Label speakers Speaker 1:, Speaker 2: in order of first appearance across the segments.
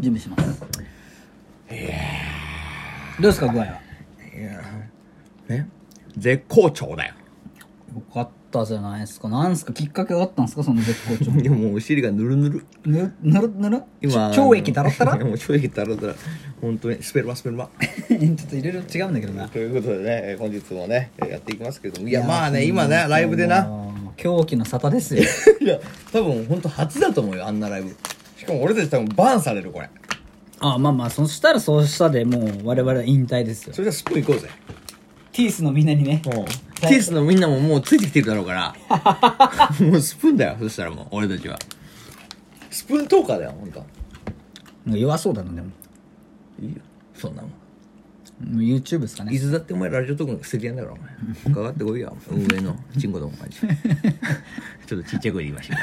Speaker 1: 準備しますどうですか具合はい
Speaker 2: やーね絶好調だよ
Speaker 1: よかったじゃないですかなんすかきっかけがあったんですかその絶好調
Speaker 2: いやもうお尻がぬるぬる
Speaker 1: ぬぬるぬる
Speaker 2: 今
Speaker 1: ちょ腸液だろった ら
Speaker 2: い
Speaker 1: ち
Speaker 2: や
Speaker 1: ょ
Speaker 2: もう懲役だらったら本当にスペルマスペルマ
Speaker 1: っといろいろ違うんだけどな
Speaker 2: ということでねえー本日もねえーやっていきますけどもいや
Speaker 1: いや
Speaker 2: まあね今ねライブでな
Speaker 1: もう狂気の沙汰ですよ
Speaker 2: いや多分本当初だと思うよあんなライブしかも俺たち多分バーンされるこれ
Speaker 1: あまあまあそしたらそうしたでもう我々は引退ですよ
Speaker 2: それじゃあスプーン行こうぜ
Speaker 1: ティースのみんなにね
Speaker 2: うんティースのみんなももうついてきてるだろうから もうスプーンだよそしたらもう俺たちはスプーントーカーだよ本当
Speaker 1: 弱そうだなでも
Speaker 2: いいよそんなもん
Speaker 1: もう YouTube ですかね
Speaker 2: いつだってお前ラジオトークの薬やんだからお前かかってこいや運営のチンコど もマジちょっとちっちゃい声で言いました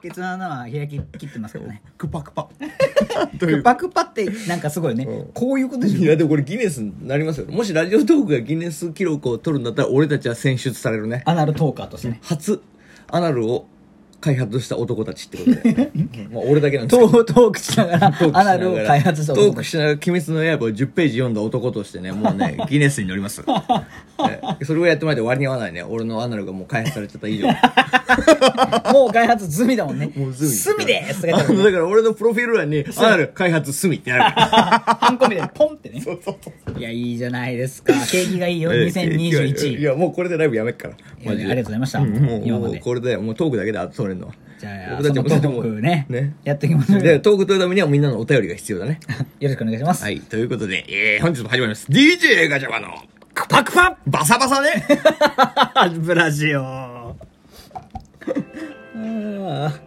Speaker 2: け
Speaker 1: ケツの穴は開き切ってますけどね
Speaker 2: どクパクパ とい
Speaker 1: ク
Speaker 2: う
Speaker 1: パクパってなんかすごいねこういうことで
Speaker 2: い
Speaker 1: しょ
Speaker 2: やでもこれギネスになりますよもしラジオトークがギネス記録を取るんだったら俺たちは選出されるね
Speaker 1: アナルトーカーとしてね
Speaker 2: 初アナルを開発した男たちってこと でまあ俺だけなんです
Speaker 1: ト
Speaker 2: け
Speaker 1: ート
Speaker 2: ど
Speaker 1: ークしながら
Speaker 2: トークしながら
Speaker 1: アナルを開発した
Speaker 2: ト
Speaker 1: 男
Speaker 2: ークしながら「鬼滅の刃」を10ページ読んだ男としてねもう ねギネスに乗ります、えそれをやってもらえて割に合わないね俺のアナルがもう開発されちゃった以上
Speaker 1: もう開発済みだもんね
Speaker 2: もう済み
Speaker 1: 済みですとか言っ
Speaker 2: あ
Speaker 1: ても
Speaker 2: のだから俺のプロフィール欄に「アナル開発済み」ってな るから
Speaker 1: ハンコみたいにポンってねいやいいじゃないですか景気がいいよ
Speaker 2: えい
Speaker 1: 2021
Speaker 2: やもうこりでライブやめっから
Speaker 1: ありがとうございました
Speaker 2: んもう
Speaker 1: 今ま
Speaker 2: もう
Speaker 1: で
Speaker 2: これでもうトークだけで後取れるのは
Speaker 1: じゃあ
Speaker 2: 僕
Speaker 1: そ
Speaker 2: たち
Speaker 1: の
Speaker 2: も
Speaker 1: トークね
Speaker 2: ね
Speaker 1: やっていきましょうよ
Speaker 2: でトーク取るためにはみんなのお便りが必要だね
Speaker 1: よろしくお願いします
Speaker 2: はいということで、えー、本日も始まります DJ ガチャバのクパクパバサバサね
Speaker 1: ブラジオあー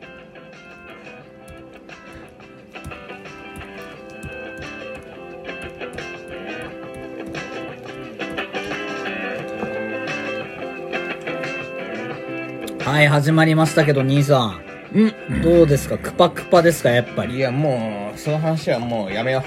Speaker 1: はい始まりましたけど兄さ
Speaker 2: うん
Speaker 1: んどうですかクパクパですかやっぱり
Speaker 2: いやもうその話はもうやめよ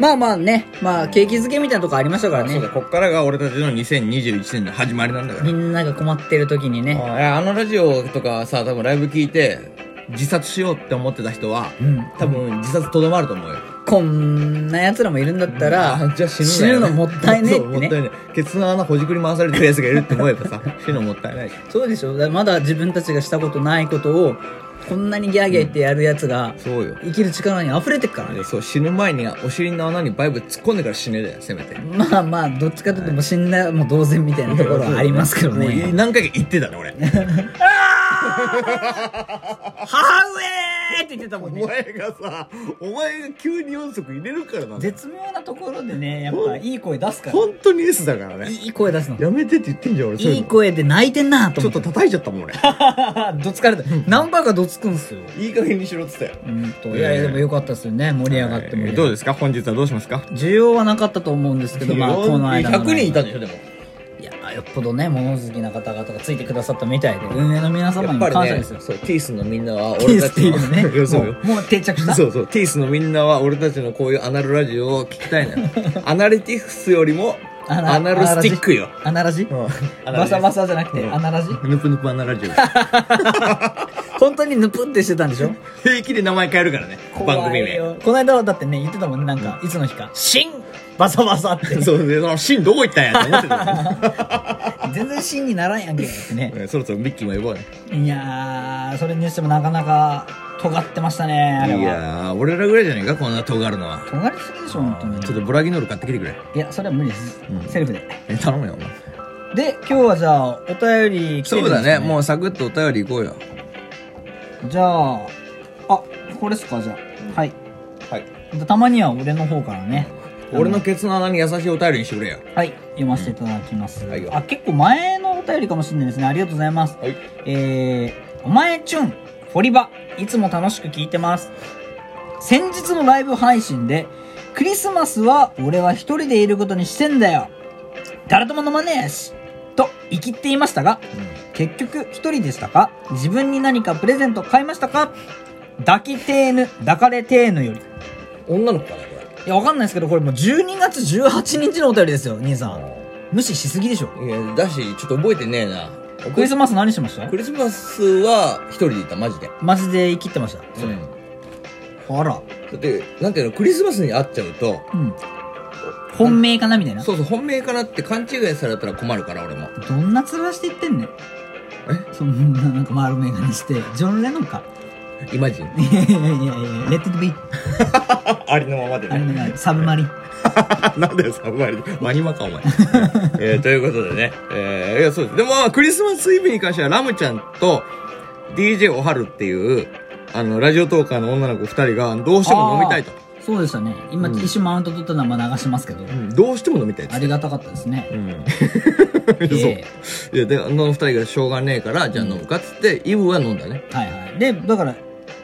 Speaker 1: まあまあねまあ景気づけみたいなとこありましたから
Speaker 2: うそう
Speaker 1: ね
Speaker 2: だこっからが俺たちの2021年の始まりなんだか
Speaker 1: み
Speaker 2: ら
Speaker 1: んなが困ってる時にね
Speaker 2: あいやあのラジオとかさ多分ライブ聞いて自殺しようって思ってた人は、
Speaker 1: ん
Speaker 2: 多分自殺とどまると思うよ
Speaker 1: こんな奴らもいるんだったら、
Speaker 2: あじゃあ死ぬ
Speaker 1: 死ぬのもったいねえって
Speaker 2: そうもったい
Speaker 1: ね。
Speaker 2: ねえケツの穴ほじくり回されてるやつがいるって思 えばさ死ぬのもったいないし
Speaker 1: そうでしょだからまだ自分たちがしたことないことを、こんなにギャーギャー言ってやる奴が、
Speaker 2: そうよ
Speaker 1: 生きる力に溢れてっから
Speaker 2: い
Speaker 1: ね。
Speaker 2: やそう死ぬ前にお尻の穴にバイブ突っ込んでから死ねだよせめて
Speaker 1: まあまあ、どっちかというともう死んだもう同然みたいなところはありますけど
Speaker 2: もうい
Speaker 1: ね。
Speaker 2: 何回か言ってたね俺
Speaker 1: 母上って言ってたもん
Speaker 2: お
Speaker 1: ね。
Speaker 2: 前がさお前が急に4足入れるからなんだよ
Speaker 1: 絶妙なところでね、やっぱいい声出すから。
Speaker 2: 本当にエースだからね
Speaker 1: いい声出すの。
Speaker 2: やめてって言ってんじゃん俺そ
Speaker 1: い
Speaker 2: うい
Speaker 1: いう
Speaker 2: の
Speaker 1: 声で泣いてんなと
Speaker 2: ちょ
Speaker 1: 思
Speaker 2: っ
Speaker 1: って。
Speaker 2: と叩いちゃった もん俺
Speaker 1: どつかれた。 何パーかどつくんすよ。
Speaker 2: いい加減にしろっつったよ
Speaker 1: うんと。いやいや、でもよかったですよね。盛り上がって盛り上がって
Speaker 2: どうですか本日はどうしますか
Speaker 1: 需要はなかったと思うんですけど、まあ、この間のね
Speaker 2: 100人いたんでしょでも
Speaker 1: いやーよっぽどね物好きな方々がついてくださったみたいで運営の皆様
Speaker 2: や
Speaker 1: に
Speaker 2: っ
Speaker 1: も
Speaker 2: ぱ
Speaker 1: 感
Speaker 2: り
Speaker 1: 謝
Speaker 2: ね
Speaker 1: です
Speaker 2: そ
Speaker 1: よ、
Speaker 2: うティースのみんなは
Speaker 1: ティ
Speaker 2: 俺
Speaker 1: ー
Speaker 2: た
Speaker 1: スって
Speaker 2: ち
Speaker 1: い
Speaker 2: の
Speaker 1: うね
Speaker 2: いや そうよ
Speaker 1: もうもう定 着した
Speaker 2: そうそうティースのみんなは俺たちのこういうアナルラジオを聞きたい のよアナリティクスよりも
Speaker 1: アナ
Speaker 2: アナルスティックよ
Speaker 1: アナラジ
Speaker 2: うん
Speaker 1: バサバサじゃなくて、
Speaker 2: うん
Speaker 1: アナラジ
Speaker 2: ぬぷぬぷアナラ ジオ
Speaker 1: 本当にヌプってしてたんでしょ
Speaker 2: 平気で名前変えるからね番組
Speaker 1: 怖い
Speaker 2: 名
Speaker 1: よこの間はだってね言ってたもんねなんか、いつの日か「シンバサバサ」って
Speaker 2: そうでそのシンどこ行ったんやと思って た
Speaker 1: 全然シンにならんやんけってね
Speaker 2: よねそろそろミッキーも呼ぼうね
Speaker 1: いやーそれにしてもなかなか尖ってましたねあれ
Speaker 2: い
Speaker 1: は
Speaker 2: やー俺らぐらいじゃねえかこんな尖るのは
Speaker 1: 尖りすぎでしょ本当に
Speaker 2: ちょっとボラギノール買ってきてくれ
Speaker 1: いやそれは無理です、
Speaker 2: うん
Speaker 1: セルフで
Speaker 2: え頼むよお前
Speaker 1: で今日はじゃあお便り来て
Speaker 2: そ
Speaker 1: るん
Speaker 2: う
Speaker 1: です
Speaker 2: だ
Speaker 1: か
Speaker 2: ねもうサクッとお便り行こうよ
Speaker 1: じゃああこれですかじゃあ、はい
Speaker 2: はい
Speaker 1: たまには俺の方からね
Speaker 2: 俺のケツの穴に優しいお便りにしてくれよ
Speaker 1: はい読ませていただきます、
Speaker 2: はいよ
Speaker 1: あ結構前のお便りかもしれないですねありがとうございます
Speaker 2: はい
Speaker 1: えー、お前チュン、フォリバ、いつも楽しく聞いてます。先日のライブ配信で、クリスマスは俺は一人でいることにしてんだよ。誰とも飲まねえし。と、言い切っていましたが、結局一人でしたか自分に何かプレゼント買いましたか抱きテーヌ、抱かれテーヌより。
Speaker 2: 女の子かなこ
Speaker 1: いや、わかんないですけど、これもう12月18日のお便りですよ、兄さん。
Speaker 2: れ
Speaker 1: 無視しすぎでしょ。
Speaker 2: いやだしちょっと覚えてねえな
Speaker 1: クリスマス何してました
Speaker 2: クリスマスは一人でいたマジで
Speaker 1: マジで生きってました。
Speaker 2: うん
Speaker 1: あら。
Speaker 2: だって、なんていうの、クリスマスに会っちゃうと、
Speaker 1: うん。本命かなみたいな。
Speaker 2: そうそう、本命かなって勘違いされたら困るから、俺も。
Speaker 1: どんな面して言ってんねん。そんな、なんか丸眼鏡して。ジョン・レノンか。
Speaker 2: イマジン。
Speaker 1: いやいやいやいや、レッド・ビー。
Speaker 2: ありのままで
Speaker 1: あれのない、サブマリン。
Speaker 2: なんだよ、サブマリン。マニマか、お前。 えーということでね。えーいや、そうです。でも、まあクリスマスイブに関しては、ラムちゃんと、DJ おはるっていう、あの、ラジオトーカーの女の子二人が、どうしても飲みたいと。
Speaker 1: そうでしたね。今、一瞬マウント取ったのはまあ流しますけど。
Speaker 2: うんどうしても飲みたいっつ
Speaker 1: あ
Speaker 2: って
Speaker 1: りがたかったですね。
Speaker 2: うん
Speaker 1: え
Speaker 2: そう。いや、で、あの二人がしょうがねえから、じゃあ飲むかっつって、イブは飲んだね。
Speaker 1: はいはい。で、だから、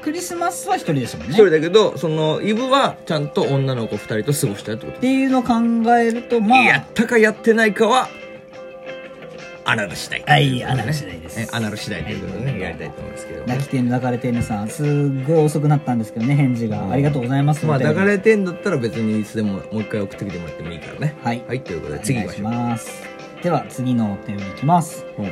Speaker 1: クリスマスは一人でしたもん
Speaker 2: 一
Speaker 1: ね。
Speaker 2: 人だけど、その、イブは、ちゃんと女の子二人と過ごしたいってこと
Speaker 1: っていうのを考えると、ま
Speaker 2: や
Speaker 1: あ
Speaker 2: っ、たかやってないかは、アナル次第。
Speaker 1: はいアナル次第です
Speaker 2: ねアナル次第ということで
Speaker 1: は
Speaker 2: ね、
Speaker 1: い
Speaker 2: やりたいと思いますけど。
Speaker 1: 泣きてんの抱かれてんのさん、すっごい遅くなったんですけどね、返事が。ありがとうございます。
Speaker 2: まあ、
Speaker 1: お便り
Speaker 2: 抱かれてんだったら別にいつでももう一回送ってきてもらってもいいからね。
Speaker 1: はい
Speaker 2: はい、ということで、
Speaker 1: お
Speaker 2: 次行
Speaker 1: 願
Speaker 2: き
Speaker 1: い
Speaker 2: ま
Speaker 1: し
Speaker 2: しょう。
Speaker 1: ます。では、次のお便りいきます。
Speaker 2: うん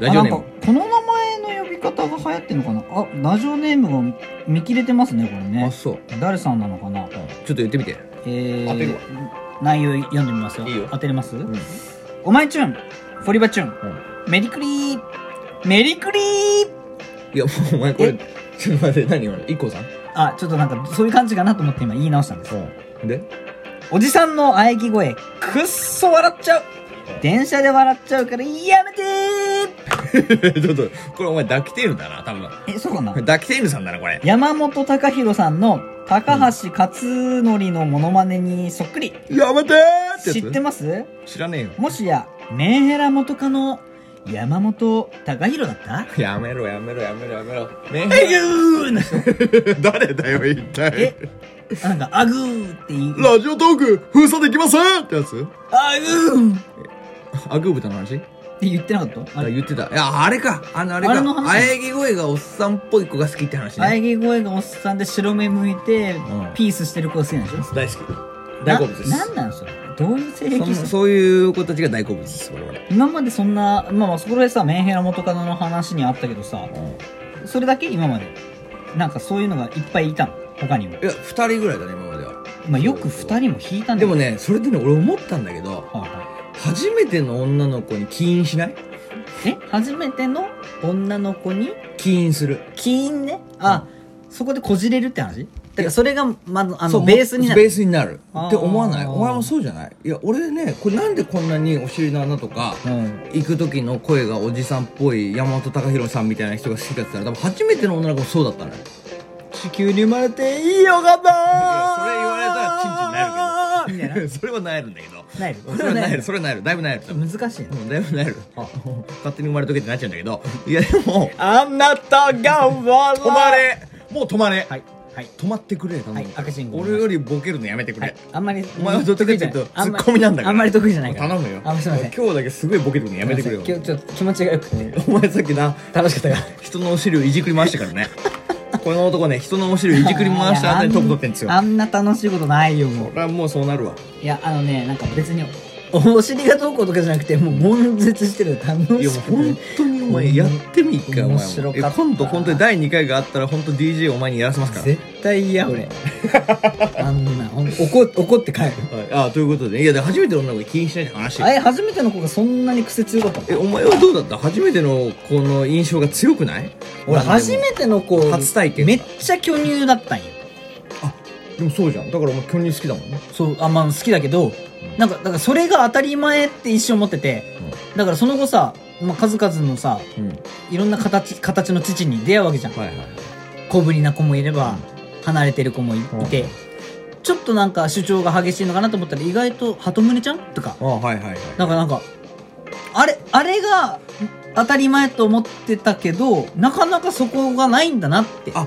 Speaker 2: ラジオネー
Speaker 1: あ
Speaker 2: ム
Speaker 1: なん。かこの名前の呼び方が流行ってんのかなあ、ラジオネームが見切れてますね、これ
Speaker 2: あ、
Speaker 1: ね。
Speaker 2: そう。ちょ
Speaker 1: 誰さんなのかな
Speaker 2: っと言ってみて。
Speaker 1: えー、
Speaker 2: 当てるわ
Speaker 1: 内容読んでみますよ。
Speaker 2: いいよ
Speaker 1: 当てれます、
Speaker 2: うん。
Speaker 1: お前チュン、フォリバチュン、メリクリー、メリクリー
Speaker 2: いや、もうお前これ
Speaker 1: え、
Speaker 2: ちょっと待って、何今の ?IKKO さん
Speaker 1: あ、ちょっとなんかそういう感じかなと思って今言い直したんです。
Speaker 2: うん。で
Speaker 1: おじさんの喘ぎ声、くっそ笑っちゃう電車で笑っちゃうからやめて
Speaker 2: ちょっと、これお前、ダキテールだな、多分。
Speaker 1: ーえ、そうかな
Speaker 2: ダキテールさんだな、これ。
Speaker 1: 山本隆弘さんの高橋克典のモノマネにそっくり。
Speaker 2: やめてーってやつ
Speaker 1: 知ってます
Speaker 2: 知らねえよ。
Speaker 1: もしや、メンヘラ元カノ、山本隆弘だった
Speaker 2: やめろ、やめろ、やめろ、やめろ。メン
Speaker 1: えぐーな人
Speaker 2: 誰だよ、一体
Speaker 1: え。なんか、あぐーって言う。
Speaker 2: ラジオトーク、封鎖できませんってやつ
Speaker 1: あぐーっ
Speaker 2: アグー豚の話
Speaker 1: て言ってなかったあ
Speaker 2: あ
Speaker 1: れ
Speaker 2: 言ってた。いや、あれか。あの、あれ
Speaker 1: あれ
Speaker 2: か。
Speaker 1: の話
Speaker 2: 喘ぎ声がおっさんっぽい子が好きって話ね。
Speaker 1: 喘ぎ声がおっさんで白目向いて
Speaker 2: ん、
Speaker 1: ピースしてる子が好きなんでしょ
Speaker 2: 大好き。大好物です。
Speaker 1: ななんなんそれどういう性
Speaker 2: その
Speaker 1: 癖
Speaker 2: そういう子たちが大好物です、我々。
Speaker 1: 今までそんな、まあまあそこでさ、メンヘラ元カノの話にあったけどさ、それだけ今まで。なんかそういうのがいっぱいいたの。他にも
Speaker 2: い。や、二人ぐらいだね、今までは。
Speaker 1: まあよく二人も引いたんだ
Speaker 2: でも
Speaker 1: ね。
Speaker 2: ね、それでね、俺思ったんだけど、
Speaker 1: はいは
Speaker 2: 初めての女の子に起因しない
Speaker 1: いえ初めての女の子に
Speaker 2: 起因する。
Speaker 1: 起因ね。あ、そこでこじれるって話だからそれが、まず、あ
Speaker 2: そ
Speaker 1: の、
Speaker 2: う
Speaker 1: ベースにな
Speaker 2: ベー
Speaker 1: る。
Speaker 2: スになる
Speaker 1: あー
Speaker 2: って思わないお前もそうじゃないいや俺ねこれなんでこんなにお尻の穴とか、
Speaker 1: うん。
Speaker 2: 行く時の声がおじさんっぽい山本隆弘さんみたいな人が好きかって言ったら多分初めての女の子もそうだったのよ
Speaker 1: 地球に生まれていいよかった
Speaker 2: それ言われたらチンチンなる
Speaker 1: みたいな。
Speaker 2: けど それはなえるんだけど
Speaker 1: なえる
Speaker 2: それはなえるそれはなえるだいぶなえる
Speaker 1: 難しいね
Speaker 2: うんだいぶなえる勝手に生まれとけってなっちゃうんだけ どいやでも
Speaker 1: あなたが笑
Speaker 2: 止まれもう止まれ、
Speaker 1: はいはい
Speaker 2: 止まってくれ頼む
Speaker 1: はい赤信号
Speaker 2: 俺よりボケるのやめてくれ、
Speaker 1: はいあんまり
Speaker 2: お前はどっちかっていうとツ
Speaker 1: あまり
Speaker 2: ッコミなんだから
Speaker 1: あんまり得意じゃないから
Speaker 2: 頼むよ
Speaker 1: あすいません
Speaker 2: 今日だけすごいボケるのやめてくれよ
Speaker 1: 今日ちょっと気持ちがよくて
Speaker 2: お前さっきな
Speaker 1: 楽しかったか
Speaker 2: 人のお尻をいじくり回してから ねこの男ね人のお尻をい
Speaker 1: ら
Speaker 2: じくり回した後にトップ取ってんですよ
Speaker 1: あんな楽しいことないよもう
Speaker 2: 俺はもうそうなるわ
Speaker 1: いやあのねなんか別にお尻がどうこうとかじゃなくてもう悶絶してる楽しくて
Speaker 2: いやもう本当にお前やってみ一回お前も
Speaker 1: 面白かった
Speaker 2: いや今度本当に第2回があったら本当 DJ お前にやらせますから
Speaker 1: 絶対嫌 俺あんなほん怒怒って帰る
Speaker 2: はい、ああということでねいやで初めての女の子に気にしないって話
Speaker 1: あれ初めての子がそんなに癖強かったの
Speaker 2: えお前はどうだった初めての子の印象が強くない
Speaker 1: 俺
Speaker 2: なんで
Speaker 1: 初
Speaker 2: も
Speaker 1: めての子
Speaker 2: 初体験
Speaker 1: めっちゃ巨乳だったんよ
Speaker 2: でもそうじゃんだからお前巨乳好きだもんね
Speaker 1: そうあまあ好きだけど、なんかだからそれが当たり前って一生思ってて、だからその後さ、まあ、数々のさ
Speaker 2: うん
Speaker 1: いろんな形形の父に出会うわけじゃん
Speaker 2: はいはい
Speaker 1: 小ぶりな子もいれば、離れてる子もい
Speaker 2: うん
Speaker 1: いて、ちょっとなんか主張が激しいのかなと思ったら意外と鳩胸ちゃんとか
Speaker 2: ああはいはいはい
Speaker 1: なんかなんかあれあれが当たり前と思ってたけどなかなかそこがないんだなって
Speaker 2: あ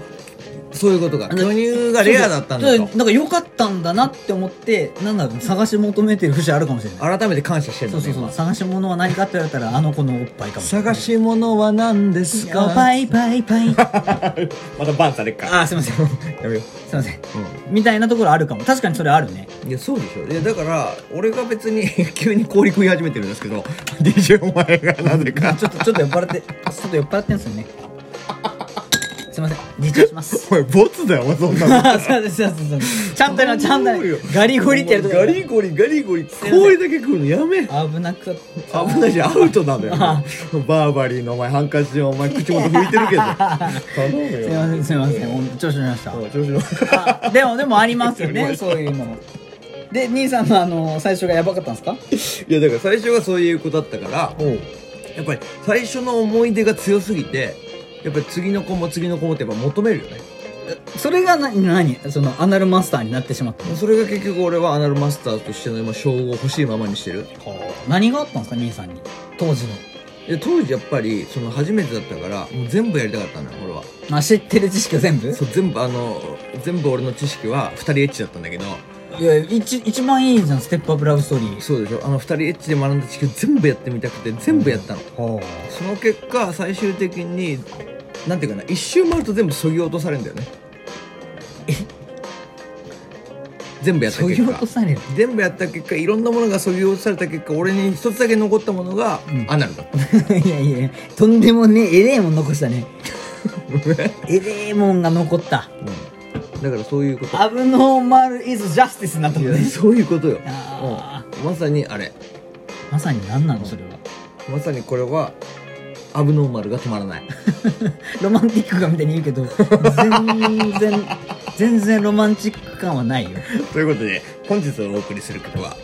Speaker 2: そういうことか
Speaker 1: あの
Speaker 2: 巨乳がレアだったんだ
Speaker 1: そ
Speaker 2: と
Speaker 1: うそうなんか良かったんだなって思って、なんだろう、探し求めてる節あるかもしれない。
Speaker 2: 改めて感謝してる
Speaker 1: そ
Speaker 2: の
Speaker 1: う
Speaker 2: ね
Speaker 1: そうそう。探し物は何かって言われたら、あの子のおっぱいかもしれない。
Speaker 2: 探し物は何ですか
Speaker 1: おっぱいパイパイ。
Speaker 2: またバンされっか
Speaker 1: あ、すいません。す
Speaker 2: やめよ
Speaker 1: いません。みたいなところあるかも。確かにそれあるね。
Speaker 2: ういやそうでしょいやだから俺が別に 急に氷食い始めてるんですけど DJ お前がなぜか
Speaker 1: ちょっと、ちょっと酔っ払って、ちょっと酔っ払ってんすよね。すいません。自重します。
Speaker 2: おい、ボツだよ、お前そんなの。
Speaker 1: そうです、そうですそうです。ちゃんとやろう、ちゃんとやろう。ガリゴリってやるとこ
Speaker 2: ガリゴリ、ガリゴリ、氷だけ食うのやめ。
Speaker 1: 危なく
Speaker 2: 危ないし、アウトなのよ。バーバリーのお前、ハンカチをお前、口元拭いてるけど。頼む
Speaker 1: すいま
Speaker 2: よ。
Speaker 1: せん、すいません。ほんと調子乗りました。
Speaker 2: 調子の。
Speaker 1: あでも、でもありますよ
Speaker 2: あ
Speaker 1: ね、
Speaker 2: ります
Speaker 1: そういうの。で、兄さんのあの、最初がやばかったんですか
Speaker 2: いや、だから最初はそういう子だったから、やっぱり最初の思い出が強すぎて、やっぱり次の子も次の子もってやっぱ求めるよね。
Speaker 1: それがな、何その、アナルマスターになってしまった。
Speaker 2: それが結局俺はアナルマスターとしての今、称号を欲しいままにしてる。
Speaker 1: 何があったんですか、兄さんに。当時の。
Speaker 2: で当時やっぱり、その初めてだったから、もう全部やりたかったのよ、俺は。
Speaker 1: まあ、知ってる知識を全部
Speaker 2: そう全部あの全部俺の知識は2人エッチだったんだけど
Speaker 1: いや、一、一番いいじゃん、ステップアップラブストーリー。
Speaker 2: そうでしょあの2人エッチで学んだ知識を全部やってみたくて全部やったの、
Speaker 1: は
Speaker 2: その結果最終的になんていうかな一周回ると全部そぎ落とされるんだよね全部やった
Speaker 1: そうい
Speaker 2: 結
Speaker 1: う
Speaker 2: 果
Speaker 1: ことされる。
Speaker 2: 全部やった結果いろんなものがそぎ落とされた結果俺に一つだけ残ったものが
Speaker 1: うん
Speaker 2: アナルだった、
Speaker 1: いやいや、とんでもねえ、えれえもん残したね。えれえもんが残った。
Speaker 2: うんだからそういうこと
Speaker 1: アブノーマルイズジャスティスになった
Speaker 2: い
Speaker 1: もん
Speaker 2: や
Speaker 1: ね。
Speaker 2: そういうことよ、
Speaker 1: あ
Speaker 2: うんまさにあれ
Speaker 1: まさに何なの、それは。
Speaker 2: まさにこれはアブノーマルが止まらない
Speaker 1: ロマンティック感みたいに言うけど、全然、全然ロマンチック感はないよ。
Speaker 2: ということで、本日お送りする曲は、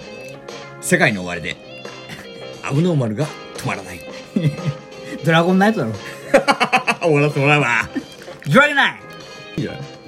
Speaker 2: 世界の終わりで、アブノーマルが止まらない。
Speaker 1: ドラゴンナイトだろ。
Speaker 2: 終わらせてもらうわ。
Speaker 1: ドラゴンナイト
Speaker 2: いいじゃない